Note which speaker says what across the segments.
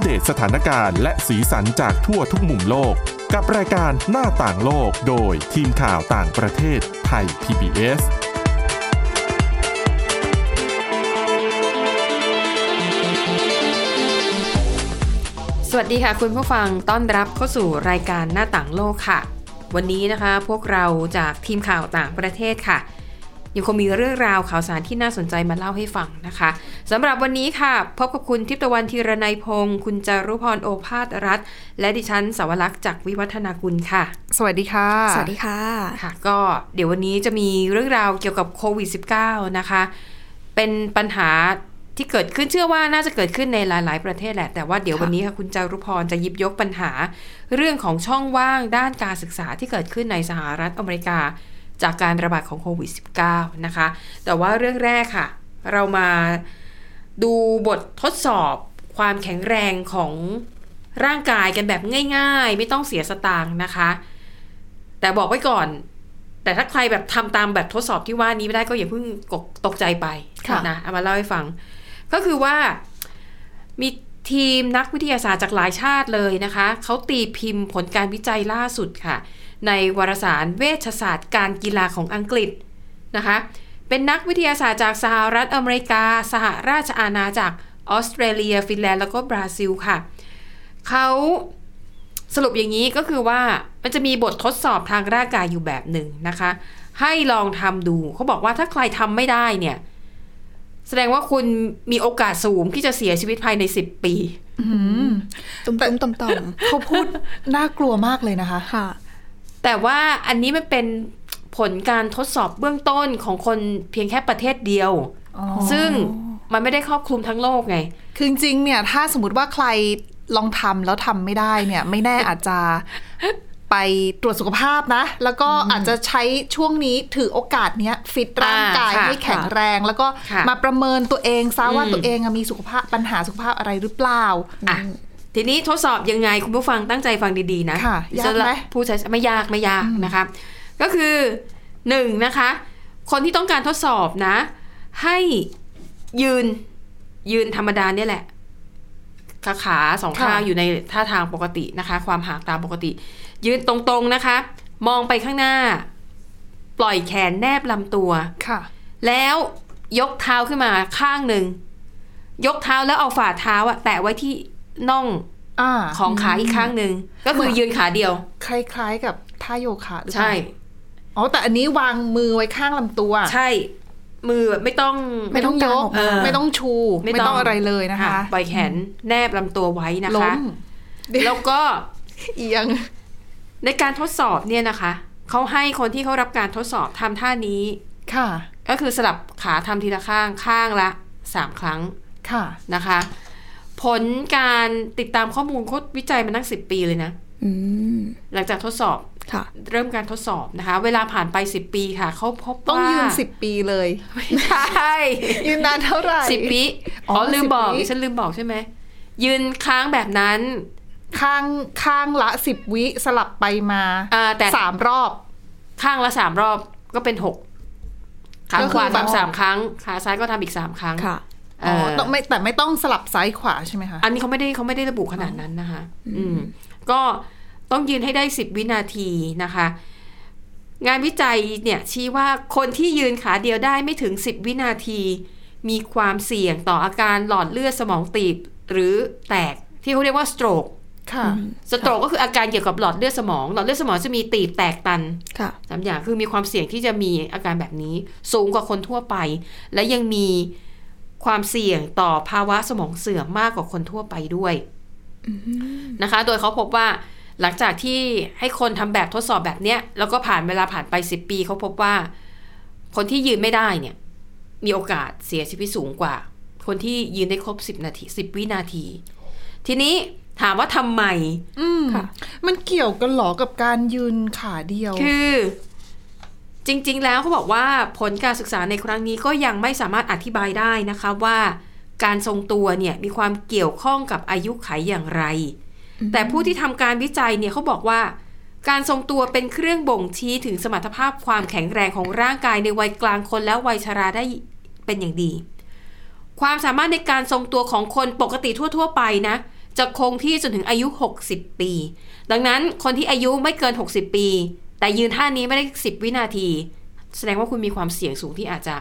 Speaker 1: เดตสถานการณ์และสีสันจากทั่วทุกมุมโลก กับรายการหน้าต่างโลกโดยทีมข่าวต่างประเทศไทย PBS
Speaker 2: สวัสดีค่ะคุณผู้ฟังต้อนรับเข้าสู่รายการหน้าต่างโลกค่ะ วันนี้นะคะพวกเราจากทีมข่าวต่างประเทศค่ะ ยังคงมีเรื่องราวข่าวสารที่น่าสนใจมาเล่าให้ฟังนะคะสำหรับวันนี้ค่ะ พบกับคุณทิพย์ตะวันธีรนัยพงศ์คุณจารุพรโอภาสรัฐ และดิฉันสาวรักษ์จากวิวัฒนากุลค่ะ
Speaker 3: สวัสดีค่ะ
Speaker 4: สวัสดีค่ะ
Speaker 2: ค่ะก็เดี๋ยววันนี้จะมีเรื่องราวเกี่ยวกับโควิด -19 นะคะ เป็นปัญหาที่เกิดขึ้นเชื่อว่าน่าจะเกิดขึ้นในหลายๆ ประเทศแหละ แต่ว่าเดี๋ยว
Speaker 3: ค่ะ
Speaker 2: วันนี้ค่ะคุณจารุพรจะหยิบยกปัญหา เรื่องของช่องว่างด้านการศึกษาที่เกิดขึ้นในสหรัฐอเมริกา จากการระบาดของโควิด -19 นะคะ แต่ว่าเรื่องแรกค่ะ เรามาดูบททดสอบความแข็งแรงของร่างกายกันแบบง่าย ๆ ไม่ต้องเสียสตางค์นะคะ แต่บอกไว้ก่อน แต่ถ้าใครแบบทำตามแบบทดสอบที่ว่านี้ไม่ได้ก็อย่าเพิ่งกกตกใจไป
Speaker 3: ค่ะ
Speaker 2: นะเอามาเล่าให้ฟัง ก็คือว่ามีทีมนักวิทยาศาสตร์จากหลายชาติเลยนะคะ เขาตีพิมพ์ผลการวิจัยล่าสุดค่ะ ในวารสารเวชศาสตร์การกีฬาของอังกฤษนะคะ เป็นนักวิทยาศาสตร์จากสหรัฐอเมริกา สหราชอาณาจักรออสเตรเลีย ฟินแลนด์แล้วก็บราซิลค่ะ เขาสรุปอย่างนี้ก็คือว่ามันจะมีบททดสอบทางร่างกายอยู่แบบหนึ่งนะคะ ให้ลองทำดูเขาบอกว่าถ้าใครทำไม่ได้เนี่ย แสดงว่าคุณมีโอกาสสูงที่จะเสียชีวิตภายใน 10 ปี
Speaker 4: ตุ้มตุ้มต่อมต่อม
Speaker 3: เขาพูด น่ากลัวมากเลยนะคะ
Speaker 4: ค่ะ
Speaker 2: แต่ว่าอันนี้มันเป็นผลการทดสอบเบื้องต้นของคนเพียงแค่ประเทศเดียว ซึ่งมันไม่ได้ครอบคลุมทั้งโลกไง
Speaker 3: คือจริงๆเนี่ย ถ้าสมมติว่าใครลองทำแล้วทำไม่ได้เนี่ย ไม่แน่อาจจะไปตรวจสุขภาพนะ แล้วก็อาจจะใช้ช่วงนี้ถือโอกาสเนี้ยฟิตร่างกาย
Speaker 2: อ่าค่ะ
Speaker 3: ให้แข็งแรง แล้วก็
Speaker 2: ค่ะ
Speaker 3: มาประเมินตัวเองซะว่า
Speaker 2: อืม
Speaker 3: ตัวเองอะมีสุขภาพปัญหาสุขภาพอะไรหรือเปล่า
Speaker 2: อ่ะทีนี้ทดสอบยังไงคุณผู้ฟังตั้งใจฟังดีๆนะ
Speaker 3: ค่ะยากไหม
Speaker 2: สำรับผู้ใช้ไม่ยากไม่ยากนะคะ ก็คือหนึ่งนะคะ คนที่ต้องการทดสอบนะ ให้ยืนยืนธรรมดาเนี่ยแหละ ขาขาสองข้างอยู่ในท่าทางปกตินะคะ ความหากตามปกติ ยืนตรงๆนะคะ มองไปข้างหน้า ปล่อยแขนแนบลำตัว
Speaker 3: ค่ะ
Speaker 2: แล้วยกเท้าขึ้นมาข้างหนึ่ง ยกเท้าแล้วเอาฝ่าเท้าอะแตะไว้ที่น่อง
Speaker 3: อ่า
Speaker 2: ของขาอีกข้างหนึ่ง ก็คือ
Speaker 3: เหมือน
Speaker 2: ยืนขาเดียว
Speaker 3: คล้ายๆกับท่าโยคะหรือเปล่า
Speaker 2: ใช่
Speaker 3: อ๋อแต่อันนี้วางมือไว้ข้างลำตัว
Speaker 2: ใช่ มือแบบไม่ต้อง
Speaker 3: ไม่ต้องยก
Speaker 2: เออ
Speaker 3: ไม่ต้องชู
Speaker 2: ไม่
Speaker 3: ไม่
Speaker 2: ต้อง
Speaker 3: ต้องอะไรเลยนะคะ
Speaker 2: อ่ปล่อยแขนแนบลำตัวไว้นะ
Speaker 3: ล้
Speaker 2: คะ
Speaker 3: ม
Speaker 2: แล้วก็
Speaker 3: เอียง
Speaker 2: ในการทดสอบเนี่ยนะคะ เขาให้คนที่เขารับการทดสอบทำท่านี้
Speaker 3: ค่ะ
Speaker 2: ก็คือสลับขาทำทีละข้างข้างละสามครั้ง
Speaker 3: ค่ะ
Speaker 2: นะคะ ผลการติดตามข้อมูลโคดวิจัยมาตั้ง 10 ปีเลยนะ
Speaker 4: อืม
Speaker 2: หลังจากทดสอบ
Speaker 4: ค่ะ
Speaker 2: เริ่มการทดสอบนะคะ เวลาผ่านไป 10 ปีค่ะ เขาพบว่า
Speaker 3: ต้องยืนสิบปีเลย
Speaker 2: ใช่
Speaker 3: ยืนนานเท่าไหร่
Speaker 2: สิบปี
Speaker 3: อ๋
Speaker 2: อ๋
Speaker 3: อ
Speaker 2: อลืม
Speaker 3: 10
Speaker 2: บอก
Speaker 3: วิ
Speaker 2: ดิฉันลืมบอกใช่ไหม ยืนค้างแบบนั้น
Speaker 3: ข้างข้างละสิบวิสลับไปมา
Speaker 2: อ่าแต่
Speaker 3: สามรอบ
Speaker 2: ข้างละสามรอบก็เป็นหกขา
Speaker 3: ก็
Speaker 2: ข
Speaker 3: คือ
Speaker 2: วา
Speaker 3: แบบ
Speaker 2: ทำสามครั้ง ขาซ้ายก็ทำอีกสามครั้ง
Speaker 4: ค่ะ
Speaker 2: เ
Speaker 3: อ๋อต้องไม่แต่ไม่ต้องสลับซ้ายขวาใช่ไหมคะ
Speaker 2: อันนี้เขาไม่ได้เขาไม่ได้ระบุขนาดนั้นนะคะ อืม ก็ต้องยืนให้ได้ 10 วินาทีนะคะ งานวิจัยเนี่ยชี้ว่าคนที่ยืนขาเดียวได้ไม่ถึง 10 วินาที มีความเสี่ยงต่ออาการหลอดเลือดสมองตีบ หรือแตกที่เขาเรียกว่าสโตรก
Speaker 3: ค่ะ
Speaker 2: สโตรกก็คืออาการเกี่ยวกับหลอดเลือดสมอง หลอดเลือดสมองจะมีตีบแตกตัน
Speaker 4: ค่ะ
Speaker 2: สามอย่างคือมีความเสี่ยงที่จะมีอาการแบบนี้ สูงกว่าคนทั่วไป และยังมีความเสี่ยงต่อภาวะสมองเสื่อมมากกว่าคนทั่วไปด้วยนะคะ โดยเขาพบว่าหลังจากที่ให้คนทำแบบทดสอบแบบเนี้ย แล้วก็ผ่านเวลาผ่านไป 10 ปีเขาพบว่า คนที่ยืนไม่ได้เนี่ย มีโอกาสเสียชีวิตสูงกว่า คนที่ยืนได้ครบ 10 นาที 10 วินาที ทีนี้ถามว่าทำไม
Speaker 3: อืม
Speaker 4: ค่ะ
Speaker 3: มันเกี่ยวกันเหรอกับการยืนขาเดียว
Speaker 2: คือจริงๆ แล้วเขาบอกว่าผลการศึกษาในครั้งนี้ก็ยังไม่สามารถอธิบายได้นะคะว่าการทรงตัวเนี่ยมีความเกี่ยวข้องกับอายุไขยอย่างไร แต่ผู้ที่ทำการวิจัยเนี่ยเขาบอกว่า การทรงตัวเป็นเครื่องบ่งชี้ถึงสมรรถภาพความแข็งแรงของร่างกายในวัยกลางคนและวัยชราได้เป็นอย่างดี ความสามารถในการทรงตัวของคนปกติทั่ว ๆ ไปนะ จะคงที่จนถึงอายุ 60 ปี ดังนั้นคนที่อายุไม่เกิน 60 ปี แต่ยืนท่านี้ไม่ได้ 10 วินาที แสดงว่าคุณมีความเสี่ยงสูงที่อาจจะ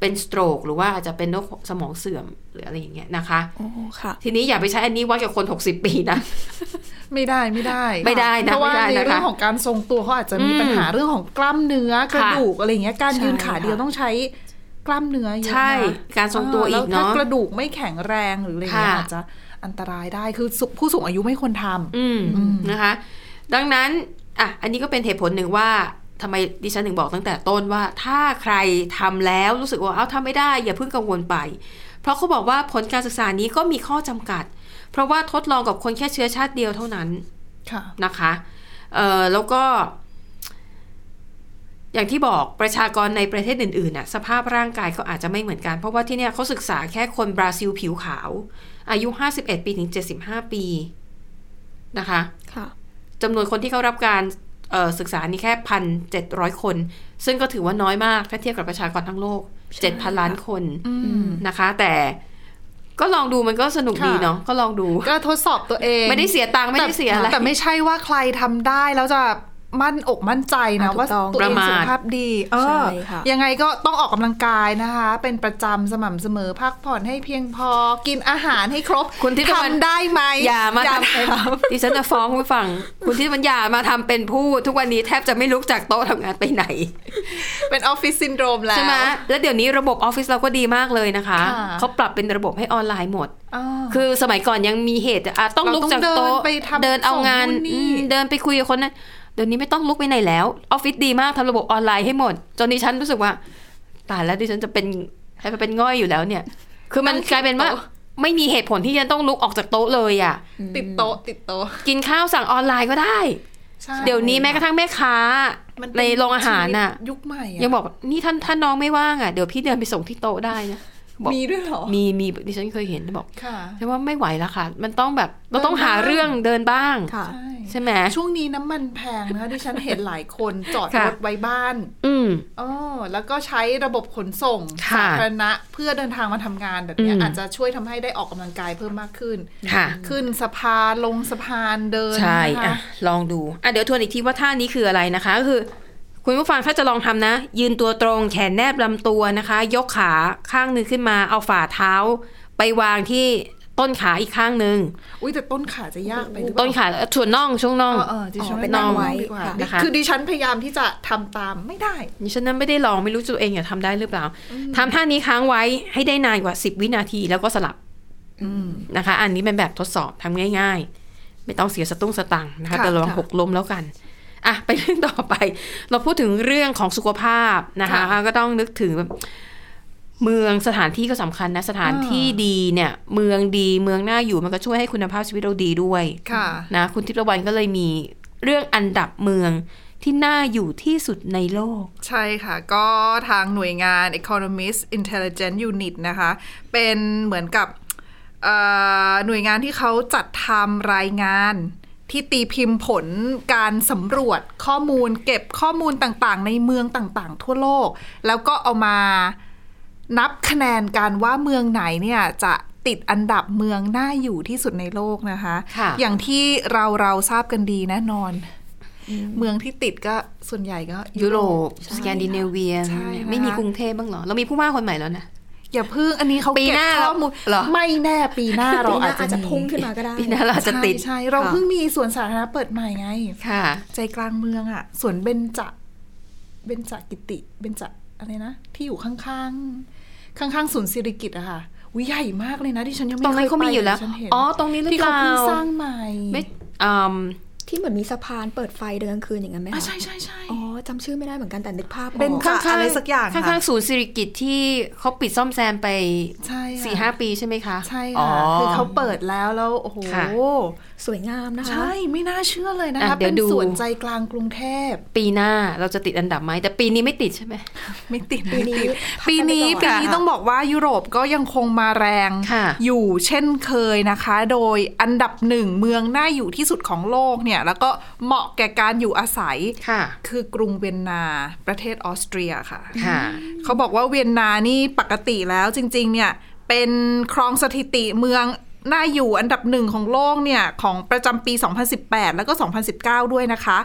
Speaker 2: เป็นสโตรกหรือว่าอาจจะเป็นโรคสมองเสื่อมหรืออะไรอย่างเงี้ยนะคะ
Speaker 4: โอ้ค่ะ
Speaker 2: ทีนี้อย่าไปใช้อันนี้วัดกับคน 60 ปีนะ
Speaker 3: ไม่ได้ไม่ได้
Speaker 2: ไม่ได้นะ
Speaker 3: เพราะว่า
Speaker 2: ไม่ได้
Speaker 3: ใน
Speaker 2: นะคะ
Speaker 3: เรื่องของการทรงตัวเขาอาจจะมี
Speaker 2: อืม
Speaker 3: ปัญหาเรื่องของกล้ามเนื้อกระ
Speaker 2: ค่ะ
Speaker 3: ดูกอะไรอย่างเงี้ยการ
Speaker 4: ใช่
Speaker 3: ยืนขาเดียว
Speaker 4: ค่ะ
Speaker 3: ต้องใช้กล้ามเนื้อเยอะ
Speaker 2: ใช่
Speaker 3: นะ
Speaker 2: การทรงตัวอีก
Speaker 3: แล้ว
Speaker 2: เนาะ
Speaker 3: ถ้ากระดูกไม่แข็งแรงหรืออะไรเงี้ย
Speaker 2: ค่ะ
Speaker 3: อาจจะอันตรายได้คือสุผู้สูงอายุไม่ควรทำ
Speaker 2: อืม
Speaker 3: อืม
Speaker 2: นะคะ ดังนั้นอ่ะอันนี้ก็เป็นเหตุผลหนึ่งว่าทำไมดิฉันถึงบอกตั้งแต่ต้นว่า ถ้าใครทำแล้วรู้สึกว่าเอ้าทำไม่ได้ อย่าเพิ่งกังวลไป เพราะเขาบอกว่าผลการศึกษานี้ก็มีข้อจำกัด เพราะว่าทดลองกับคนแค่เชื้อชาติเดียวเท่านั้น
Speaker 3: ค่ะ
Speaker 2: นะคะเอ่อแล้วก็ อย่างที่บอกประชากรในประเทศอื่นๆน่ะสภาพร่างกายเขาอาจจะไม่เหมือนกัน เพราะว่าที่เนี่ยเขาศึกษาแค่คนบราซิลผิวขาว อายุ 51 ปีถึง 75 ปีนะคะ
Speaker 4: ค่ะ
Speaker 2: จำนวนคนที่เข้ารับการเอ่อศึกษานี่แค่ 1,700 คน ซึ่งก็ถือว่าน้อยมากถ้าเทียบกับประชากรทั้งโลก
Speaker 4: ใช่ค่ะ
Speaker 2: 7,000 ล้านคน
Speaker 3: อืม
Speaker 2: นะคะ แต่ก็ลองดูมันก็สนุก
Speaker 3: ค่ะ
Speaker 2: ดีเนาะก็ลองดู
Speaker 3: ก็ทดสอบตัวเอง
Speaker 2: ไม่ได้เสียตังค์ไม่ได้เสียอะไร
Speaker 3: แต่แต่ไม่ใช่ว่าใครทำได้แล้วจะมั่นอกมั่นใจนะ
Speaker 4: อ่ะ
Speaker 3: ว่า
Speaker 4: ถูกต้อง
Speaker 3: ตัว
Speaker 2: ป
Speaker 3: เอง
Speaker 2: ระมาท
Speaker 3: สุขภาพดีเอ
Speaker 4: ใช่
Speaker 3: อ
Speaker 4: ค่ะ
Speaker 3: ยังไงก็ต้องออกกำลังกายนะคะ เป็นประจำสม่ำเสมอพักผ่อนให้เพียงพอกินอาหารให้ครบ
Speaker 2: คุณทิตวัน
Speaker 3: ทำได้ไหม
Speaker 2: อย่ามาทำ
Speaker 3: ท
Speaker 2: เป็นดิฉันจะฟ้องผู้ฟัง คุณทิตวันอย่ามาทำเป็นพูด ทุกวันนี้แทบจะไม่ลุกจากโต๊ะทำงานไปไหน
Speaker 3: ำเป็นออฟฟิศซินโดรมแล้ว
Speaker 2: ใช่ไหมแล้วเดี๋ยวนี้ระบบออฟฟิศเราก็ดีมากเลยนะคะ
Speaker 3: ค่ะ
Speaker 2: เขาปรับเป็นระบบให้ออนไลน์หมด
Speaker 3: อ่า
Speaker 2: คือสมัยก่อนยังมีเหตุอ่ะต้องลุกจากโต๊ะ
Speaker 3: เราต้องเดินไปทำ
Speaker 2: เดินเอางาน
Speaker 3: ส่งนู่นนี่
Speaker 2: อืมเดินไปคุยกับคนนั้นเดี๋ยวนี้ไม่ต้องลุกไปไหนแล้วออฟฟิศดีมากทำระบบออนไลน์ให้หมด จนดิฉันรู้สึกว่าตายแล้วดิฉันจะเป็นให้มันเป็นง่อยอยู่แล้วเนี่ย คือมันกลายเป็นว่าไม่มีเหตุผลที่จะต้องลุกออกจากโต๊ะเลยอ่ะ
Speaker 3: ติดโต๊ะติดโต๊ะ
Speaker 2: กินข้าวสั่งออนไลน์ก็ได้
Speaker 3: ใช่
Speaker 2: เดี๋ยวนี้แม้กระทั่งแม่ค้า
Speaker 3: มัเป็
Speaker 2: ในโรงอาหารน่ะ
Speaker 3: ชีวิตยุคใหม่อะ
Speaker 2: ยังบอกว่านี่ท่านท่านน้องไม่ว่างอ่ะ เดี๋ยวพี่เดินไปส่งที่โต๊ะได้นะบอก
Speaker 3: มีด้วยเหรอ
Speaker 2: มีมีดิฉันเคยเห็นบอก
Speaker 3: ค่ะ
Speaker 2: ฉันว่าไม่ไหวแล้วค่ะ มันต้องแบบเราต้อง
Speaker 3: เดิน
Speaker 2: หา
Speaker 3: บ้าง
Speaker 2: เรื่องเดินบ้าง
Speaker 4: ค่ะ
Speaker 3: ใช่
Speaker 2: ใช่ไหม
Speaker 3: ช่วงนี้น้ำมันแพงนะคะที่ฉันเห็นหลายคนจอด
Speaker 2: ค่ะ
Speaker 3: รถไว้บ้าน
Speaker 2: อืม
Speaker 3: อ๋อแล้วก็ใช้ระบบขนส่ง
Speaker 2: ค่ะ
Speaker 3: สาธารณะเพื่อเดินทางมาทำงานแบบเนี้ย
Speaker 2: อืม
Speaker 3: อาจจะช่วยทำให้ได้ออกกำลังกายเพิ่มมากขึ้น
Speaker 2: ค่ะ
Speaker 3: ขึ้นสะพานลงสะพานเดิน
Speaker 2: ใช่
Speaker 3: นะ
Speaker 2: อ่ะ
Speaker 3: คะ
Speaker 2: ลองดูอ่ะเดี๋ยวทวนอีกทีว่าท่านี้คืออะไรนะคะ ก็คือ คุณผู้ฟังถ้าจะลองทำนะ ยืนตัวตรงแขนแนบลำตัวนะคะ ยกขาข้างหนึ่งขึ้นมา เอาฝ่าเท้า ไปวางที่ต้นขาอีกข้างหนึ่ง
Speaker 3: อุ้ยแต่ต้นขาจะยากไปหรือเปล่า
Speaker 2: ต้นขาเอ่อส่วนน่องช่วงน่
Speaker 3: เอ
Speaker 2: อง
Speaker 3: อเออดิฉั
Speaker 4: อ๋
Speaker 3: น
Speaker 4: อ
Speaker 3: ว่า
Speaker 4: ไป
Speaker 3: ต้
Speaker 4: ตั้
Speaker 3: อง ง
Speaker 4: ไว้
Speaker 3: ดีกว่า
Speaker 4: ค่ะ
Speaker 3: ดิ
Speaker 2: นะคะ
Speaker 3: คือดิฉันพยายามที่จะทำตามไม่ได้
Speaker 2: ดิฉันนั้นไม่ได้ลองไม่รู้ตัวเองอย่าทำได้หรือเปล่าทำท่านี้ค้างไว้ให้ได้นานกว่า 10 วินาทีแล้วก็สลับนะคะ อันนี้เป็นแบบทดสอบทำง่าย ๆ ไม่ต้องเสียสตุ้งสตังค์นะคะ
Speaker 3: ค่ะ
Speaker 2: แต่ลอง
Speaker 3: ค่ะ
Speaker 2: หกล้มแล้วกันอ่ะไปเรื่องต่อไป เราพูดถึงเรื่องของสุขภาพนะคะ
Speaker 3: ค่ะ
Speaker 2: ก็ต้องนึกถึงแบบเมืองสถานที่ก็สำคัญนะสถาน
Speaker 3: อ่า
Speaker 2: ที่ดีเนี่ย เมืองดีเมืองน่าอยู่มันก็ช่วยให้คุณภาพชีวิตเราดีด้วย
Speaker 3: ค่ะ
Speaker 2: นะคุณทิพย์ระวันก็เลยมีเรื่องอันดับเมืองที่น่าอยู่ที่สุดในโลก
Speaker 3: ใช่ค่ะ ก็ทางหน่วยงาน Economist Intelligence Unit นะคะ เป็นเหมือนกับเอ่อหน่วยงานที่เขาจัดทำรายงานที่ตีพิมพ์ผลการสำรวจข้อมูล เก็บข้อมูลต่างๆ ในเมืองต่างๆ ทั่วโลก แล้วก็เอามานับคะแนนการว่าเมืองไหนเนี่ยจะติดอันดับเมืองน่าอยู่ที่สุดในโลกนะคะ
Speaker 2: ค่ะ
Speaker 3: อย่างที่เราเราทราบกันดีแน่นอน เมืองที่ติดก็ส่วนใหญ่ก็
Speaker 2: ยุโรป สแกนดิเนเวีย
Speaker 3: ใช่นะคะ
Speaker 2: ไม่มีกรุงเทพบ้างเหรอ เรามีผู้ว่าคนใหม่แล้วนะ
Speaker 3: อย่าเพึ่งอันนี้เขา
Speaker 2: ปี
Speaker 3: เก็บ
Speaker 2: หน้า
Speaker 3: ข้อมูล
Speaker 2: เหรอ
Speaker 3: ไม่แน่ปีหน้าเรา
Speaker 4: ปีหน้า
Speaker 3: อาจ
Speaker 4: อาจ
Speaker 3: จะ
Speaker 4: จะ
Speaker 3: มี
Speaker 4: พุ่งขึ้นมาก็ได้
Speaker 2: ปีหน้าเราอาจจะติด
Speaker 3: ใช่ใช่เรา
Speaker 4: ค่ะ
Speaker 3: เพิ่งมีสวนสาธารณะเปิดใหม่ไง
Speaker 2: ค่ะ
Speaker 3: ใจกลางเมืองอ่ะสวนเบญจเบญจกิติเบญจอะไรนะ ที่อยู่ข้างๆ ข้างๆศูนย์สิริกิตอะค่ะวิใหญ่มากเลยนะที่ฉันยังไม่
Speaker 2: ตรงนั้น
Speaker 3: เค
Speaker 2: เขา
Speaker 3: ยไป
Speaker 2: มีอยู่แล้ว
Speaker 3: ฉันเห็น
Speaker 2: อ๋อ ตรงนี้หรือ
Speaker 3: ที่
Speaker 2: เป
Speaker 3: เขา
Speaker 2: ล่า
Speaker 3: เพิ่งสร้างใหม่
Speaker 2: ไม่อืม
Speaker 4: ที่เหมือนมีสะพานเปิดไฟเดินกลางคืนอย่างนั้นไหม
Speaker 3: อ่ะ
Speaker 4: คะ
Speaker 3: ใช่ใช่ใช่
Speaker 4: อ๋อจำชื่อไม่ได้เหมือนกันแต่นึกภาพออก
Speaker 3: เป็นข้าง อะไรสักอย่างค่ะ
Speaker 2: ข้างๆศูนย์สิริกิตที่เขาปิดซ่อมแซมไป
Speaker 3: ใช่ค่ะ
Speaker 2: สี่ห้าปีใช่ไหมคะ
Speaker 3: ใช่
Speaker 2: อ๋อ
Speaker 3: ค่ะคือเขาเปิดแล้วแล้วโอ้โห
Speaker 2: ค่ะ
Speaker 4: สวยงามนะคะ
Speaker 3: ใช่ไม่น่าเชื่อเลยนะคะ
Speaker 2: อ่ะเดี๋ย
Speaker 3: เป็
Speaker 2: วน ดู
Speaker 3: สวนใจกลางกรุงเทพ
Speaker 2: ปีหน้าเราจะติดอันดับไหมแต่ปีนี้ไม่ติดใช่ไหม
Speaker 3: ไม่ติด
Speaker 4: ปีนี้
Speaker 3: ไม่ติด
Speaker 4: พักกันไปก่อน
Speaker 3: ปีนี้ปี
Speaker 2: ค่ะ
Speaker 3: นี้ต้องบอกว่ายุโรปก็ยังคงมาแรง
Speaker 2: ค่ะ
Speaker 3: อยู่เช่นเคยนะคะ โดยอันดับหนึ่งเมืองน่าอยู่ที่สุดของโลกเนี่ย แล้วก็เหมาะแก่การอยู่อาศัย
Speaker 2: ค่ะ
Speaker 3: คือกรุงเวียนนาประเทศออสเตรียค่ะ
Speaker 2: ค่ะ
Speaker 3: เขาบอกว่าเวียนนานี่ปกติแล้วจริงๆ เนี่ย เป็นครองสถิติเมือง น่าอยู่อันดับหนึ่งของโลกเนี่ย ของประจำปี 2018 แล้วก็ 2019 ด้วยนะคะ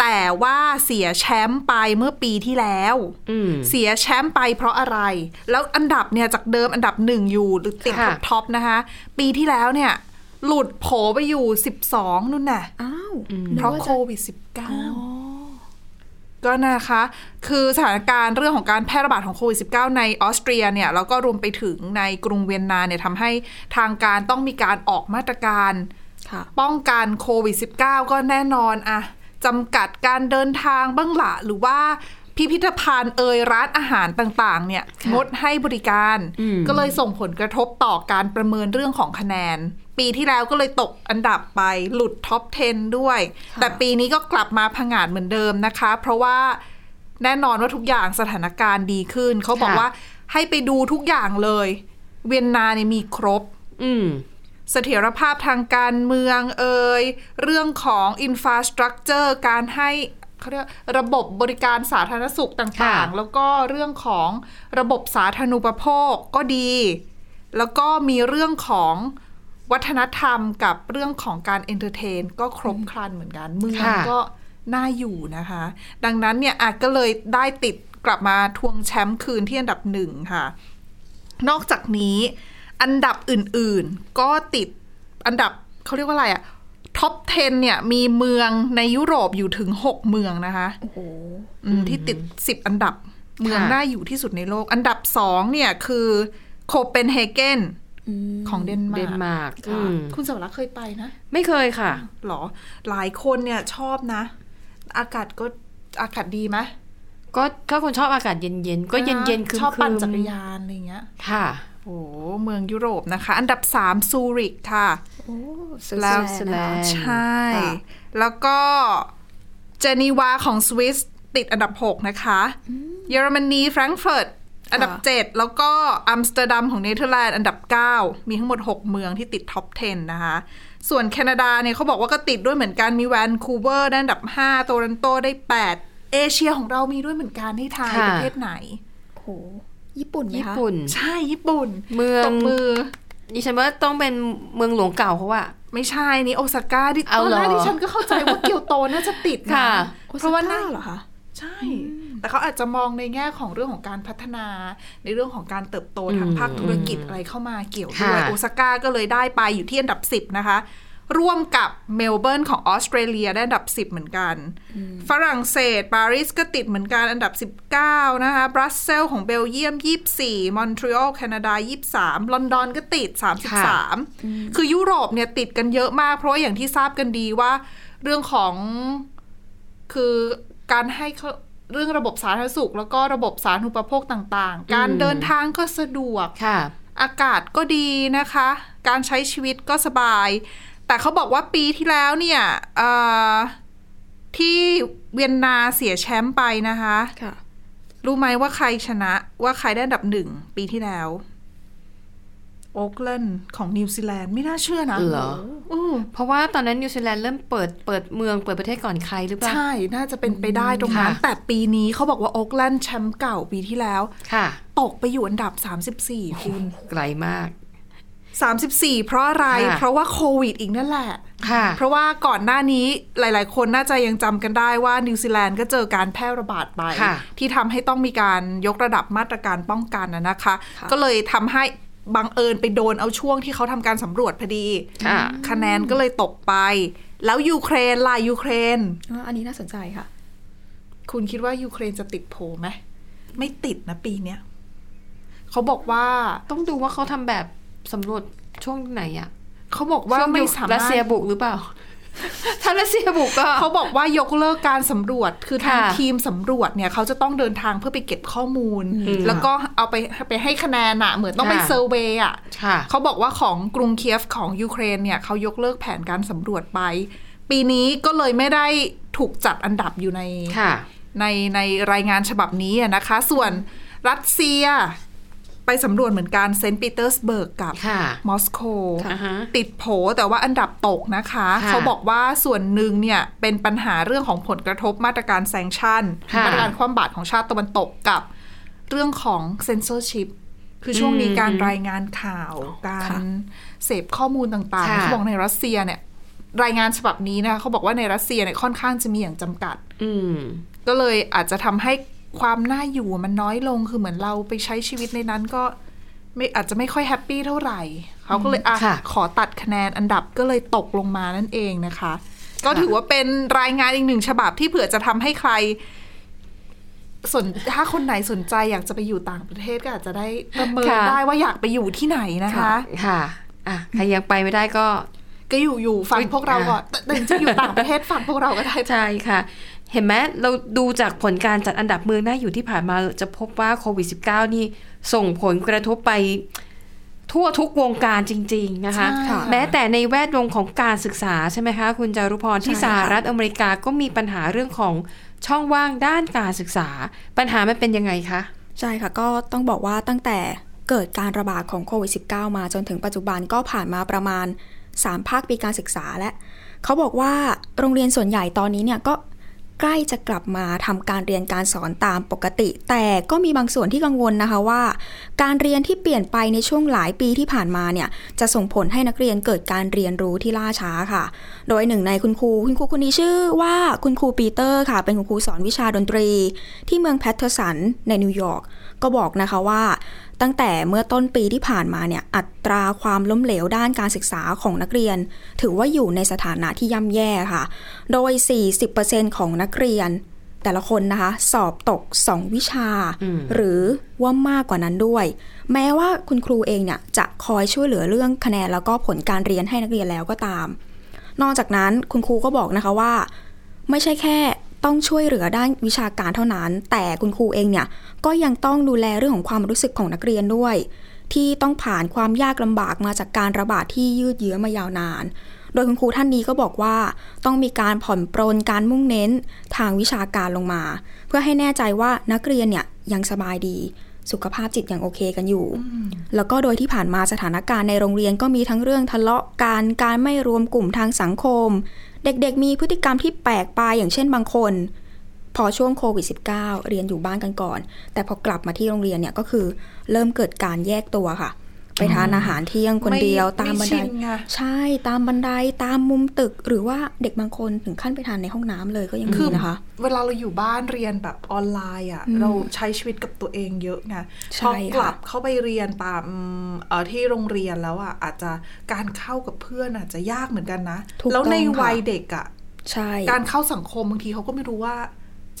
Speaker 3: แต่ว่าเสียแชมป์ไปเมื่อปีที่แล้ว
Speaker 2: อืม
Speaker 3: เสียแชมป์ไปเพราะอะไร แล้วอันดับเนี่ยจากเดิมอันดับหนึ่งอยู่หรือติดท็อ
Speaker 2: ค่ะ
Speaker 3: ปท็อปนะคะ ปีที่แล้วเนี่ย หลุดโผไปอยู่ 12นู่นน่ะ
Speaker 4: อ้าว
Speaker 3: เพราะโควิด -19 ก็นะคะ คือสถานการณ์เรื่องของการแพร่ระบาดของโควิด -19 ในออสเตรียเนี่ย แล้วก็รวมไปถึงในกรุงเวียนนาเนี่ยทำให้ทางการต้องมีการออกมาตรการ
Speaker 4: ค่ะ
Speaker 3: ป้องกันโควิด -19 ก็แน่นอนอะจำกัดการเดินทางบ้างละหรือว่าพิพิธภัณฑ์เอยร้านอาหารต่างๆ เนี่ย งดให้บริการ
Speaker 2: อืม
Speaker 3: ก็เลยส่งผลกระทบต่อการประเมินเรื่องของคะแนน ปีที่แล้วก็เลยตกอันดับไปหลุดท็อป 10 ด้วย แต่ปีนี้ก็กลับมาพังาดเหมือนเดิมนะคะ เพราะว่าแน่นอนว่าทุกอย่างสถานการณ์ดีขึ้น เขาบอก
Speaker 2: ค่ะ
Speaker 3: ว่าให้ไปดูทุกอย่างเลย เวียนนาเนี่ยมีครบ
Speaker 2: อืม
Speaker 3: เสถียรภาพทางการเมืองเอ่ยเรื่องของอินฟาสตรักเจอร์การให้เขาเรียกระบบบริการสาธารณสุขต่างๆ
Speaker 2: ค่ะ
Speaker 3: แล้วก็เรื่องของระบบสาธารณูปโภคก็ดี แล้วก็มีเรื่องของวัฒนธรรมกับเรื่องของการเอนเตอร์เทน ก็ครบครันเหมือนกันเมืองก็น่าอยู่นะคะ ดังนั้นเนี่ยอาจก็เลยได้ติดกลับมาทวงแชมป์คืนที่อันดับหนึ่งค่ะ นอกจากนี้ อันดับอื่นๆ ก็ติดอันดับเขาเรียกว่าอะไรอะท็อป 10 เนี่ย มีเมืองในยุโรปอยู่ถึง 6 เมืองนะคะ
Speaker 4: โอ้โห
Speaker 3: อืมที่ติด 10 อันดับเมืองน่าอยู่ที่สุดในโลก อันดับ 2 เนี่ย คือโคเปนเฮเกน
Speaker 4: อืม
Speaker 3: ของเดนมา
Speaker 2: เดน
Speaker 3: ร์ก
Speaker 2: มาร์ก
Speaker 4: ค่ะ
Speaker 2: อืม
Speaker 3: คุณสวรักษ์เคยไปนะ
Speaker 2: ไม่เคยค่ะ
Speaker 3: หรอ หลายคนเนี่ยชอบนะ อากาศก็อากาศดีไหม
Speaker 2: ก็ถ้าคนชอบอากาศเย็นๆ ก็เย็นๆ คืมๆ
Speaker 3: ชอบปั่นจักรยานอะไรอย่างเงี้ย
Speaker 2: ค่ะ
Speaker 3: โอ้โหเมืองยุโรปนะคะ อันดับ3ซูริกค่ะ
Speaker 4: โอ้สวิตเซ
Speaker 3: แล้
Speaker 4: อ
Speaker 3: ว
Speaker 4: ร์แลน
Speaker 2: แลน
Speaker 4: ด์นะคะ
Speaker 2: ด์
Speaker 3: ใช่
Speaker 4: ค่ะ
Speaker 3: แล้วก็เจนีวาของสวิสติดอันดับ 6 นะคะ เยอรมนีแฟรงก์เฟิร์ตอันดับ 7 แล้วก็อัมสเตอร์ดัมของเนเธอร์แลนด์อันดับ 9 มีทั้งหมด 6 เมืองที่ติดท็อป 10 นะคะ ส่วนแคนาดาเนี่ยเขาบอกว่าก็ติดด้วยเหมือนกัน มีแวนคูเวอร์ได้อันดับ 5 โตรอนโตได้ 8 เอเชียของเรามีด้วยเหมือนกันที่ไทย
Speaker 2: ค่ะ
Speaker 3: ประเทศไหน
Speaker 4: โอ้โห ญี่ปุ่นไหม
Speaker 2: ญี่
Speaker 4: คะ
Speaker 2: ปุ่น
Speaker 3: ใช่ ญี่ปุ่น
Speaker 2: เมือ
Speaker 3: ต
Speaker 2: ง
Speaker 3: บมือ
Speaker 2: ดิฉันว่าต้องเป็นเมืองหลวงเก่าเขาอะ
Speaker 3: ไม่ใช่นี่โอซาก้าที่ต
Speaker 2: เอา
Speaker 3: อน
Speaker 2: เหรอ
Speaker 3: แรกที่ฉันก็เข้าใจว่าเกียวโตน่าจะติดนะ
Speaker 2: ค่ะ
Speaker 3: เพราะว่า
Speaker 4: ห
Speaker 3: น่า
Speaker 4: น้าเหรอคะ
Speaker 3: ใช่ แต่เขาอาจจะมองในแง่ของเรื่องของการพัฒนา ในเรื่องของการเติบโตทางภาคธุรกิจอะไรเข้ามาเกี่ยวด้วย
Speaker 2: ค่ะ
Speaker 3: โอซาก้าก็เลยได้ไปอยู่ที่อันดับ 10 นะคะ ร่วมกับเมลเบิร์นของออสเตรเลียได้อันดับ 10 เหมือนกัน ฝรั่งเศสปารีสก็ติดเหมือนกันอันดับ 19 นะคะบรัสเซลของเบลเยียม 24 มอนทรีออลแคนาดา 23 ลอนดอนก็ติด 33 คือยุโรปเนี่ยติดกันเยอะมาก เพราะว่าอย่างที่ทราบกันดีว่าเรื่องของ คือการให้เขาเรื่องระบบสาธารณสุข แล้วก็ระบบสาธารณูปโภคต่างๆ การเดินทางก็สะดวก
Speaker 2: ค่ะ
Speaker 3: อากาศก็ดีนะคะ การใช้ชีวิตก็สบาย แต่เขาบอกว่าปีที่แล้วเนี่ยเอ่อที่เวียนนาเสียแชมป์ไปนะคะ
Speaker 4: ค่ะ
Speaker 3: รู้ไหมว่าใครชนะ ว่าใครได้อันดับหนึ่งปีที่แล้วโอ๊กเลนของนิวซีแลนด์ไม่น่าเชื่อนะ
Speaker 2: เหรอ
Speaker 3: อืม
Speaker 2: เพราะว่าตอนนั้นนิวซีแลนด์เริ่มเปิดเปิดเมืองเปิดประเทศก่อนใครหรือเปล่า
Speaker 3: ใช่ น่าจะเป็นไปได้ตรงนั้น
Speaker 2: ค่ะ
Speaker 3: แต่ปีนี้เขาบอกว่าโอ๊กแลนด์แชมป์เก่าปีที่แล้ว
Speaker 2: ค่ะ
Speaker 3: ตกไปอยู่อันดับ 34 คุณ
Speaker 2: ไกลมาก
Speaker 3: 34 เพราะอะไร
Speaker 2: ค่ะ
Speaker 3: เพราะว่าโควิดอีกนั่นแหละ
Speaker 2: ค่ะ
Speaker 3: เพราะว่าก่อนหน้านี้หลาย ๆ คนน่าจะยังจำกันได้ว่านิวซีแลนด์ก็เจอการแพร่ระบาดไป
Speaker 2: ค่ะ
Speaker 3: ที่ทำให้ต้องมีการยกระดับมาตรการป้องกันนะนะคะ
Speaker 4: ค่ะ
Speaker 3: ก็เลยทำให้บังเอิญไปโดนเอาช่วงที่เขาทำการสำรวจพอดี
Speaker 2: ค่ะ
Speaker 3: คะแนนก็เลยตกไป แล้วยูเครนล่ะยูเครน
Speaker 4: อ่าอันนี้น่าสนใจค่ะ
Speaker 3: คุณคิดว่ายูเครนจะติดโผไหม ไม่ติดนะปีเนี้ยเขาบอกว่า
Speaker 2: ต้องดูว่าเขาทำแบบสำรวจช่วงไหนอะ
Speaker 3: เขาบอกว่า
Speaker 2: ช่ง
Speaker 3: ไม่
Speaker 2: ยุค
Speaker 3: สา
Speaker 2: รั
Speaker 3: มา
Speaker 2: ส
Speaker 3: ร
Speaker 2: เซีย
Speaker 3: ถ
Speaker 2: บุกหรือเปล่า ถ้ารัสเซียบุกก็
Speaker 3: เขาบอกว่ายกเลิกการสำรวจคือทาง
Speaker 2: ค่ะ
Speaker 3: ทีมสำรวจเนี่ยเขาจะต้องเดินทางเพื่อไปเก็บข้อมูล แล้วก็เอาไปไปให้คะแนนอะเหมือนต้องไป
Speaker 2: ค่ะ
Speaker 3: เซอร์เวย์อะ
Speaker 2: ค่ะ
Speaker 3: เขาบอกว่าของกรุงเคียฟของยูเครนเนี่ยเขายกเลิกแผนการสำรวจไป ปีนี้ก็เลยไม่ได้ถูกจัดอันดับอยู่ใน
Speaker 2: ค่ะ
Speaker 3: ในในรายงานฉบับนี้อะนะคะ ส่วนรัสเซียไปสำรวจเหมือนกันเซนต์ปีเตอร์สเบิร์กกับ
Speaker 2: ค่ะ
Speaker 3: มอสโก
Speaker 2: อ่าฮะ
Speaker 3: ติดโผแต่ว่าอันดับตกนะคะ
Speaker 2: ค่ะ
Speaker 3: เขาบอกว่าส่วนหนึ่งเนี่ยเป็นปัญหาเรื่องของผลกระทบมาตรการแซงชั่น
Speaker 2: ค่ะ
Speaker 3: มาตรการคว่ำบาตรของชาติตะวันตกกับ เรื่องของเซนเซอร์ชิพ คือช่วงนี้
Speaker 2: อืม
Speaker 3: การรายงานข่าว การ
Speaker 4: ค่ะ
Speaker 3: เสพข้อมูลต่างๆ
Speaker 2: ค่ะ
Speaker 3: เขาบอกในรัสเซียเนี่ย รายงานฉบับนี้นะคะเขาบอกว่าในรัสเซียเนี่ยค่อนข้างจะมีอย่างจำกัด
Speaker 2: อืม
Speaker 3: ก็เลยอาจจะทำให้ความน่าอยู่มันน้อยลงคือเหมือนเราไปใช้ชีวิตในนั้นก็ไม่อาจจะไม่ค่อยแฮปปี้เท่าไหร่ เขาก็เลยอ่ะ
Speaker 2: ค่ะ
Speaker 3: ขอตัดคะแนนอันดับก็เลยตกลงมานั่นเองนะคะ ก็ถือว่าเป็นรายงานอีกหนึ่งฉบับที่เผื่อจะทำให้ใคร สนถ้าคนไหนสนใจอยากจะไปอยู่ต่างประเทศก็อาจจะได้ประเมิน
Speaker 2: ค่ะ
Speaker 3: ได้ว่าอยากไปอยู่ที่ไหนนะคะ
Speaker 4: ค่ะ
Speaker 2: ค่ะอ่ะใครยังไปไม่ได้ก็
Speaker 3: ก็อยู่อยู่ฟังพวกเราก่อนแต่แต่จริงๆอยู่ต่างประเทศฟังพวกเราก็ได้
Speaker 2: ใช่ค่ะ เห็นไหมเราดูจากผลการจัดอันดับเมืองน่าอยู่ที่ผ่านมาจะพบว่าโควิด -19 นี่ส่งผลกระทบไปทั่วทุกวงการจริง ๆ นะคะ
Speaker 3: ใช่ค่ะ
Speaker 2: แม้แต่ในแวดวงของการศึกษาใช่ไหมคะ คุณจารุพรที่
Speaker 4: ใช่
Speaker 2: ส
Speaker 4: ค่ะ
Speaker 2: หรัฐอเมริกาก็มีปัญหาเรื่องของช่องว่างด้านการศึกษา ปัญหามันเป็นยังไงคะ
Speaker 4: ใช่ค่ะก็ต้องบอกว่าตั้งแต่เกิดการระบาดของโควิด -19 มาจนถึงปัจจุบันก็ผ่านมาประมาณ 3 ภาคปีการศึกษาและ เขาบอกว่าโรงเรียนส่วนใหญ่ตอนนี้เนี่ยก็ใกล้จะกลับมาทำการเรียนการสอนตามปกติ แต่ก็มีบางส่วนที่กังวลนะคะว่า การเรียนที่เปลี่ยนไปในช่วงหลายปีที่ผ่านมาเนี่ยจะส่งผลให้นักเรียนเกิดการเรียนรู้ที่ล่าช้าค่ะ โดยหนึ่งในคุณครูคุณครูคนนี้ชื่อว่าคุณครูปีเตอร์ค่ะ เป็นคุณครูสอนวิชาดนตรี ที่เมืองแพทเทอร์สันในนิวยอร์กก็บอกนะคะว่า ตั้งแต่เมื่อต้นปีที่ผ่านมาเนี่ยอัตราความล้มเหลวด้านการศึกษาของนักเรียน ถือว่าอยู่ในสถานะที่ย่ำแย่ค่ะ โดย 40%ของนักเรียน แต่ละคนนะคะ สอบตก 2 วิชา
Speaker 2: อืม
Speaker 4: หรือว่ามากกว่านั้นด้วย แม้ว่าคุณครูเองเนี่ยจะคอยช่วยเหลือเรื่องคะแนนแล้วก็ผลการเรียนให้นักเรียนแล้วก็ตาม นอกจากนั้นคุณครูก็บอกนะคะว่า ไม่ใช่แค่ต้องช่วยเหลือด้านวิชาการเท่านั้น แต่คุณครูเองเนี่ยก็ยังต้องดูแลเรื่องของความรู้สึกของนักเรียนด้วย ที่ต้องผ่านความยากลำบากมาจากการระบาดที่ยืดเยื้อมายาวนาน โดยคุณครูท่านนี้ก็บอกว่า ต้องมีการผ่อนปรนการมุ่งเน้นทางวิชาการลงมา เพื่อให้แน่ใจว่านักเรียนเนี่ยยังสบายดี สุขภาพจิตยังโอเคกันอยู่ แล้วก็โดยที่ผ่านมาสถานการณ์ในโรงเรียนก็มีทั้งเรื่องทะเลาะกันการไม่รวมกลุ่มทางสังคม เด็กๆ มีพฤติกรรมที่แปลกไปอย่างเช่นบางคน พอช่วงโควิด -19 เรียนอยู่บ้านกันก่อน แต่พอกลับมาที่โรงเรียนเนี่ยก็คือเริ่มเกิดการแยกตัวค่ะ ไปทานอาหารเที่ยงคน
Speaker 3: ไม่
Speaker 4: เดียวตาม
Speaker 3: ไม่
Speaker 4: บัน
Speaker 3: ชิ
Speaker 4: ได
Speaker 3: นไง
Speaker 4: ใช่ตามบันไดตามมุมตึก หรือว่าเด็กบางคนถึงขั้นไปทานในห้องน้ำเลยก็ยัง
Speaker 3: คื
Speaker 4: มี
Speaker 3: อ
Speaker 4: นะคะ
Speaker 3: เวลาเราอยู่บ้านเรียนแบบออนไลน์อ่ะ
Speaker 4: อืม
Speaker 3: เราใช้ชีวิตกับตัวเองเยอะไง
Speaker 4: ใช่
Speaker 3: พอ
Speaker 4: ค่ะ
Speaker 3: กลับเข้าไปเรียนตามเอ่อที่โรงเรียนแล้วอ่ะอาจจะการเข้ากับเพื่อนอาจจะยากเหมือนกันนะ
Speaker 4: ถูก
Speaker 3: แล้ว
Speaker 4: ต้อง
Speaker 3: ใน
Speaker 4: ค่ะ
Speaker 3: วัยเด็กอ่ะ
Speaker 4: ใช่
Speaker 3: การเข้าสังคมบางทีเขาก็ไม่รู้ว่า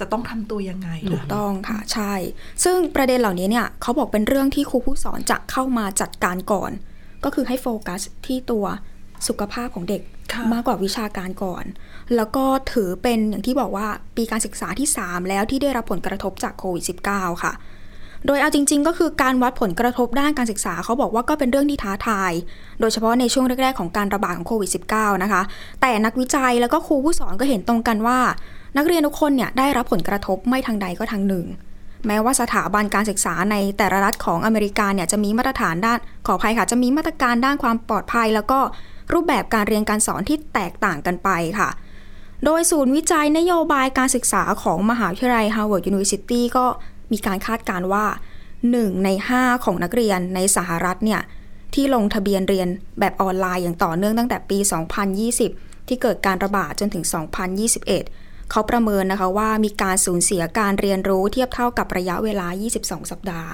Speaker 3: จะต้องทำตัวยังไง
Speaker 4: ถูก
Speaker 3: นะ
Speaker 4: ต้องค่ะใช่ ซึ่งประเด็นเหล่านี้เนี่ยเขาบอกเป็นเรื่องที่ครูผู้สอนจะเข้ามาจัดการก่อน ก็คือให้โฟกัสที่ตัวสุขภาพของเด็ก
Speaker 3: ค่ะ
Speaker 4: มากกว่าวิชาการก่อน แล้วก็ถือเป็นอย่างที่บอกว่าปีการศึกษาที่ 3 แล้วที่ได้รับผลกระทบจากโควิด -19 ค่ะ โดยเอาจริง ๆ ก็คือการวัดผลกระทบด้านการศึกษาเขาบอกว่าก็เป็นเรื่องที่ท้าทาย โดยเฉพาะในช่วงแรก ๆ ของการระบาดของโควิด -19 นะคะ แต่นักวิจัยแล้วก็ครูผู้สอนก็เห็นตรงกันว่า นักเรียนทุกคนเนี่ยได้รับผลกระทบไม่ทางใดก็ทางหนึ่ง แม้ว่าสถาบันการศึกษาในแต่ละรัฐของอเมริกาเนี่ยจะมีมาตรฐานด้านขออภัยค่ะ จะมีมาตรการด้านความปลอดภัย แล้วก็รูปแบบการเรียนการสอนที่แตกต่างกันไปค่ะ โดยศูนย์วิจัยนโยบายการศึกษาของมหาวิทยาลัย Harvard University ก็มีการคาดการณ์ว่า 1 ใน 5 ของนักเรียนในสหรัฐเนี่ย ที่ลงทะเบียนเรียนแบบออนไลน์อย่างต่อเนื่องตั้งแต่ปี 2020 ที่เกิดการระบาดจนถึง 2021 เขาประเมินนะคะว่ามีการสูญเสียการเรียนรู้เทียบเท่ากับระยะเวลา 22 สัปดาห์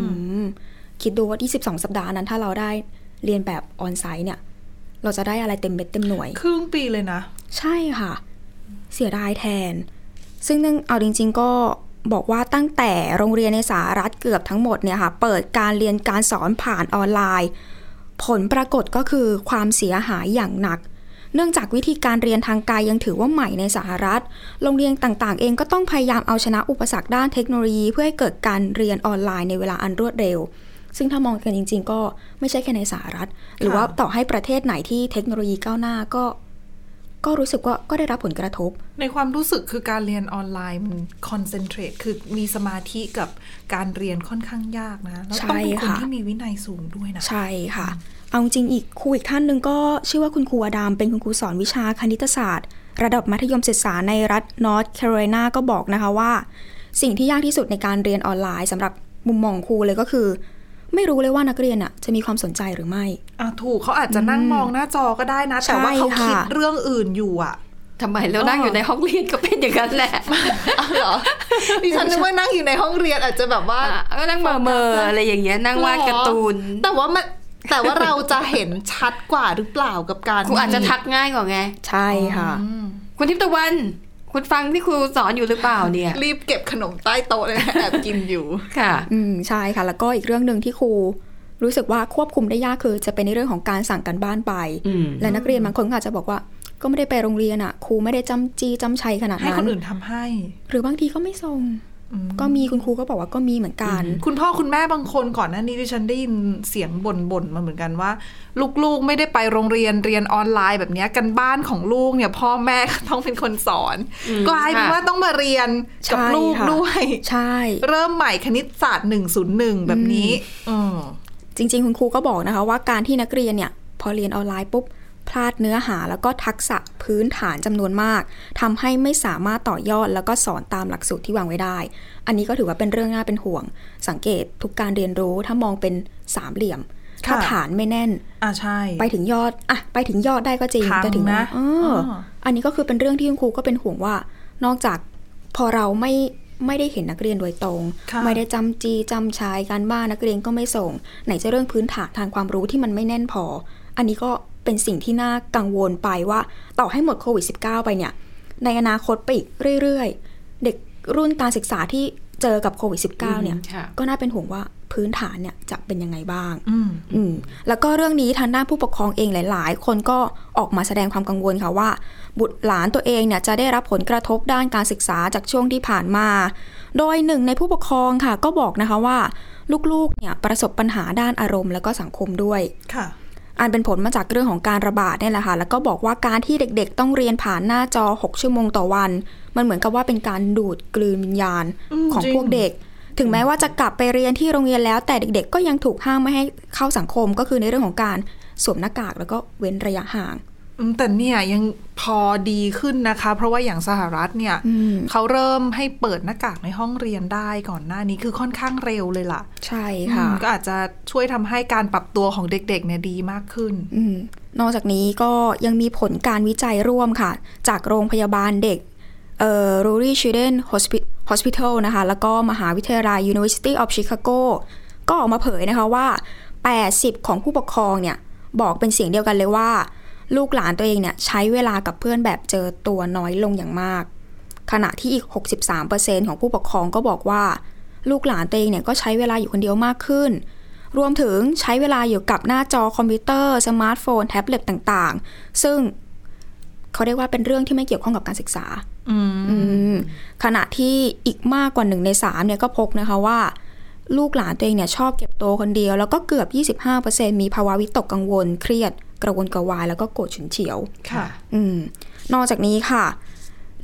Speaker 4: อืมคิดดูว่า 22 สัปดาห์นั้นถ้าเราได้เรียนแบบออนไซต์เนี่ย เราจะได้อะไรเต็มเม็ดเต็มหน่วย
Speaker 3: ครึ่งปีเลยนะ
Speaker 4: ใช่ค่ะ เสียดายแทน ซึ่งเนื่องเอาจริง ๆ ก็บอกว่าตั้งแต่โรงเรียนในสหรัฐเกือบทั้งหมดเนี่ยค่ะ เปิดการเรียนการสอนผ่านออนไลน์ ผลปรากฏก็คือความเสียหายอย่างหนัก เนื่องจากวิธีการเรียนทางกายยังถือว่าใหม่ในสหรัฐ โรงเรียนต่างๆ เองก็ต้องพยายามเอาชนะอุปสรรคด้านเทคโนโลยี เพื่อให้เกิดการเรียนออนไลน์ในเวลาอันรวดเร็ว ซึ่งถ้ามองกันจริง ๆ ก็ไม่ใช่แค่ในสหรัฐ หรือว่าต่อให้ประเทศไหนที่เทคโนโลยีก้าวหน้าก็ ก็รู้สึกว่าก็ได้รับผลกระทบ
Speaker 3: ในความรู้สึกคือการเรียนออนไลน์มันคอนเซนเทรตคือมีสมาธิกับการเรียนค่อนข้างยากนะแล้วต้องเป็น
Speaker 4: ใช่
Speaker 3: คน
Speaker 4: ค่ะ
Speaker 3: ที่มีวินัยสูงด้วยนะ
Speaker 4: ใช่ค่ะ เอาจริงอีกครูอีกท่านหนึ่งก็ชื่อว่าคุณครูอดามเป็นคุณครูสอนวิชาคณิตศาสตร์ ระดับมัธยมศึกษาในรัฐนอร์ทแคโรไลนาก็บอกนะคะว่า สิ่งที่ยากที่สุดในการเรียนออนไลน์สำหรับมุมมองครูเลยก็คือ ไม่รู้เลยว่านักเรียนอะจะมีความสนใจหรือไม่
Speaker 3: อ่ะถูกเขาอาจจะนั่งมองหน้าจอก็ได้นะ แต่ว่า
Speaker 4: ใช่
Speaker 3: เขาคิด
Speaker 4: ค่ะ
Speaker 3: เรื่องอื่นอยู่อ่ะ
Speaker 2: ทำไมแล้วนั่งอยู่ในห้องเรียนก็เป็นอย่างนั้นแหละ
Speaker 3: เหรอดิฉันนึกว่านั่งอยู่ในห้องเรียนอาจจะแบบว่า
Speaker 2: อ่ะก็นั่งเมอเมอๆอะไรอย่างเงี้ยนั่งวาดการ์ตูน
Speaker 3: หรอแต่ว่ามันแต่ว่าเราจะเห็นชัดกว่าหรือเปล่ากับการ
Speaker 2: ครูอาจจะทักง่ายกว่าไง
Speaker 4: ใช่ค่ะ
Speaker 2: คุณทิพย์ตะวัน คุณฟังที่ครูสอนอยู่หรือเปล่าเนี่ย
Speaker 3: รีบเก็บขนมใต้โต๊ะเลยนะแอบกินอยู่
Speaker 2: ค่ะ
Speaker 4: อืมใช่ค่ะ แล้วก็อีกเรื่องหนึ่งที่ครูรู้สึกว่าควบคุมได้ยากคือ จะเป็นในเรื่องของการสั่งกันบ้านไป
Speaker 2: อืม
Speaker 4: และนักเรียนบางคนก็อาจจะบอกว่า ก็ไม่ได้ไปโรงเรียนอะครูไม่ได้จำจีจำชัยขนาด
Speaker 3: ให้
Speaker 4: นั้
Speaker 3: คน
Speaker 4: น
Speaker 3: อื่นทำให้
Speaker 4: หรือบางทีก็ไม่ส่ง
Speaker 3: อืม
Speaker 4: ก็มีคุณครูก็บอกว่าก็มีเหมือนกัน
Speaker 3: คุณพ่อคุณแม่บางคนก่อนหน้านี้ดิฉันได้ยินเสียงบ่นบ่นๆมาเหมือนกันว่า ลูกๆไม่ได้ไปโรงเรียนเรียนออนไลน์แบบเนี้ยกันบ้านของลูกเนี่ยพ่อแม่ก็ต้องเป็นคนสอน
Speaker 2: อืม
Speaker 3: กลายเป็น
Speaker 2: ค่ะ
Speaker 3: ว่าต้องมาเรียนกับ
Speaker 4: ใช่
Speaker 3: ลูก
Speaker 4: ค่ะ
Speaker 3: ด้วย
Speaker 4: ใช่
Speaker 3: เริ่มใหม่คณิตศาสตร์101แบบนี้เออ
Speaker 4: จริง ๆ คุณครูก็บอกนะคะว่าการที่นักเรียนเนี่ยพอเรียนออนไลน์ปุ๊บพลาดเนื้อหาแล้วก็ทักษะพื้นฐานจำนวนมากทำให้ไม่สามารถต่อยอดแล้วก็สอนตามหลักสูตรที่วางไว้ได้ อันนี้ก็ถือว่าเป็นเรื่องน่าเป็นห่วง สังเกตทุกการเรียนรู้ถ้ามองเป็นสามเหลี่ยม
Speaker 3: ค่ะ
Speaker 4: ถ้าฐานไม่แน่น
Speaker 3: อ่ะใช่
Speaker 4: ไปถึงยอดอะไปถึงยอดได้ก็จริง
Speaker 3: พัง
Speaker 4: แต่ถึง
Speaker 3: นะ
Speaker 4: เออ
Speaker 3: เออ
Speaker 4: อันนี้ก็คือเป็นเรื่องที่คุณครูก็เป็นห่วงว่า นอกจากพอเราไม่ไม่ได้เห็นนักเรียนโดยตรง
Speaker 3: ค่ะ
Speaker 4: ไม่ได้จำจีจำชายการบ้านนักเรียนก็ไม่ส่ง ไหนจะเรื่องพื้นฐานทางความรู้ที่มันไม่แน่นพอ อันนี้ก็เป็นสิ่งที่น่ากังวลไปว่าต่อให้หมดโควิด -19 ไปเนี่ย ในอนาคตไปอีกเรื่อยๆ เด็กรุ่นการศึกษาที่เจอกับโควิด -19 เนี่ย
Speaker 2: อืมค่ะ
Speaker 4: ก็น่าเป็นห่วงว่าพื้นฐานเนี่ยจะเป็นยังไงบ้าง
Speaker 3: อืม
Speaker 4: อืมแล้วก็เรื่องนี้ทางด้านผู้ปกครองเองหลาย ๆ คนก็ออกมาแสดงความกังวลค่ะว่า บุตรหลานตัวเองเนี่ยจะได้รับผลกระทบด้านการศึกษาจากช่วงที่ผ่านมา โดยหนึ่งในผู้ปกครองค่ะก็บอกนะคะว่า ลูกๆเนี่ยประสบปัญหาด้านอารมณ์แล้วก็สังคมด้วย
Speaker 3: ค่ะ
Speaker 4: อันเป็นผลมาจากเรื่องของการระบาดเนี่ยแหละค่ะ แล้วก็บอกว่าการที่เด็กๆ ต้องเรียนผ่านหน้าจอ 6 ชั่วโมงต่อวัน มันเหมือนกับว่าเป็นการดูดกลืนวิญญาณ
Speaker 3: อืม
Speaker 4: ของ
Speaker 3: จริง
Speaker 4: พวกเด็ก ถึงแม้ว่าจะกลับไปเรียนที่โรงเรียนแล้ว แต่เด็กๆ ก็ยังถูกห้ามไม่ให้เข้าสังคม ก็คือในเรื่องของการสวมหน้ากากแล้วก็เว้นระยะห่าง
Speaker 3: อืมแต่เนี่ยยังพอดีขึ้นนะคะ เพราะว่าอย่างสหรัฐเนี่ย
Speaker 4: อืม
Speaker 3: เขาเริ่มให้เปิดหน้ากากในห้องเรียนได้ก่อนหน้านี้คือค่อนข้างเร็วเลยล่ะ
Speaker 4: ใช่
Speaker 3: อื
Speaker 4: ค่ะ
Speaker 3: มก็อาจจะช่วยทำให้การปรับตัวของเด็กๆเนี่ยดีมากขึ้น
Speaker 4: อืมนอกจากนี้ก็ยังมีผลการวิจัยร่วมค่ะ จากโรงพยาบาลเด็กเอ่อ Rural Children Hospi- Hospital นะคะ แล้วก็มหาวิทยาลัย University of Chicago ก็ออกมาเผยนะคะว่า 80 ของผู้ปกครองเนี่ย บอกเป็นเสียงเดียวกันเลยว่า ลูกหลานตัวเองเนี่ย ใช้เวลากับเพื่อนแบบเจอตัวน้อยลงอย่างมาก ขณะที่อีก 63%ของผู้ปกครองก็บอกว่า ลูกหลานตัวเองเนี่ยก็ใช้เวลาอยู่คนเดียวมากขึ้น รวมถึงใช้เวลาอยู่กับหน้าจอคอมพิวเตอร์ สมาร์ทโฟน แท็บเล็ตต่างๆ ซึ่งเขาเรียกว่าเป็นเรื่องที่ไม่เกี่ยวข้องกับการศึกษา
Speaker 3: อืม
Speaker 4: อืมขณะที่อีกมากกว่าหนึ่งในสามเนี่ยก็พบนะคะว่า ลูกหลานตัวเองเนี่ยชอบเก็บตัวคนเดียว แล้วก็เกือบ 25%มีภาวะวิตกกังวล เครียด กระวนกระวาย แล้วก็โกรธฉุนเฉียว
Speaker 3: ค่ะ
Speaker 4: อืมนอกจากนี้ค่ะ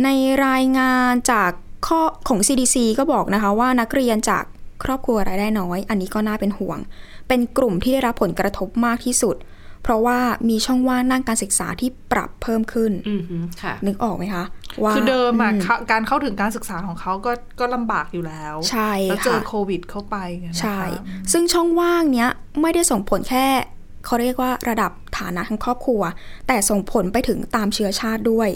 Speaker 4: ในรายงานจากข้อของ CDC ก็บอกนะคะว่านักเรียนจากครอบครัวรายได้น้อย อันนี้ก็น่าเป็นห่วง เป็นกลุ่มที่ได้รับผลกระทบมากที่สุด เพราะว่ามีช่องว่างด้านการศึกษาที่ปรับเพิ่มขึ้น
Speaker 2: อืมฮึค่ะ
Speaker 4: นึกออกไหมคะ ว่า
Speaker 3: คือเดิมอะ
Speaker 4: อื
Speaker 3: เขาการเข้าถึงการศึกษาของเขาก็ก็ลำบากอยู่แล้ว
Speaker 4: ใช่
Speaker 3: แล้วเจอ
Speaker 4: ค่ะ
Speaker 3: โควิดเข้าไปเนี่ยนะคะ
Speaker 4: ใช่ ซึ่งช่องว่างเนี้ยไม่ได้ส่งผลแค่เขาเรียกว่าระดับฐานะทางครอบครัว แต่ส่งผลไปถึงตามเชื้อชาติด้วย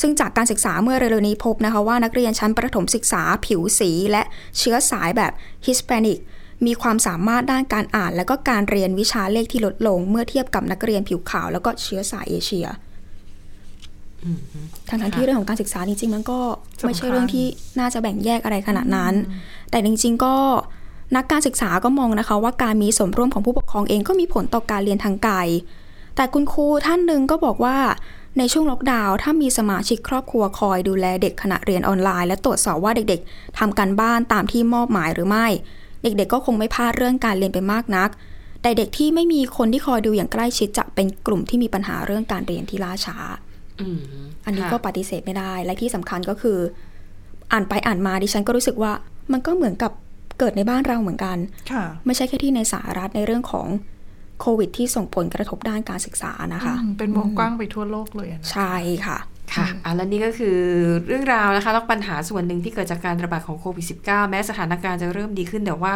Speaker 4: ซึ่งจากการศึกษาเมื่อเร็วๆนี้พบนะคะว่านักเรียนชั้นประถมศึกษาผิวสี และเชื้อสายแบบฮิสแปนิก มีความสามารถด้านการอ่าน และก็การเรียนวิชาเลขที่ลดลง เมื่อเทียบกับนักเรียนผิวขาว แล้วก็เชื้อสายเอเชียทั้งๆที่เรื่องของการศึกษาจริงๆมันก็ไม่ใช่เรื่องที่น่าจะแบ่งแยกอะไรขนาดนั้น แต่จริงๆ ก็นักการศึกษาก็มองนะคะ ว่าการมีส่วนร่วมของผู้ปกครองเองก็มีผลต่อการเรียนทางไกล แต่คุณครูท่านหนึ่งก็บอกว่าในช่วงล็อกดาวน์ถ้ามีสมาชิกครอบครัวคอยดูแลเด็กขณะเรียนออนไลน์ และตรวจสอบว่าเด็กๆทำการบ้านตามที่มอบหมายหรือไม่ เด็กๆ ก็คงไม่พลาดเรื่องการเรียนไปมากนัก แต่เด็กที่ไม่มีคนที่คอยดูอย่างใกล้ชิดจะเป็นกลุ่มที่มีปัญหาเรื่องการเรียนที่ล่าช้า
Speaker 2: อืม
Speaker 4: อันนี้
Speaker 2: ค่ะ
Speaker 4: ก็ปฏิเสธไม่ได้ และที่สำคัญก็คือ อ่านไปอ่านมาดิฉันก็รู้สึกว่า มันก็เหมือนกับเกิดในบ้านเราเหมือนกัน
Speaker 3: ค่ะ
Speaker 4: ไม่ใช่แค่ที่ในสหรัฐในเรื่องของโควิดที่ส่งผลกระทบด้านการศึกษานะคะ
Speaker 3: อืมเป็นวงกว้างไปทั่วโลกเลยอะนะ
Speaker 4: ใช่ค่ะ
Speaker 2: ค่ะอ่ะแล้วนี่ก็คือเรื่องราวนะคะแล้วปัญหาส่วนหนึ่งที่เกิดจากการระบาดของโควิด -19 แม้สถานการณ์จะเริ่มดีขึ้นแต่ว่า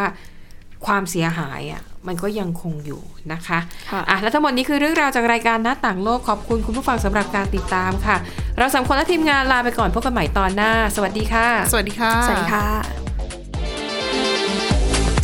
Speaker 2: ความเสียหายอ่ะ มันก็ยังคงอยู่นะคะ
Speaker 4: ค่ะ
Speaker 2: อ่ะและทั้งหมดนี้คือเรื่องราวจากรายการหน้าต่างโลกขอบคุณคุณผู้ฟังสำหรับการติดตามค่ะ เราสามคนและทีมงานลาไปก่อนพบกันใหม่ตอนหน้า สวัสดีค่ะ
Speaker 3: สวัสดีค่ะ
Speaker 4: สวัสดีค่ะ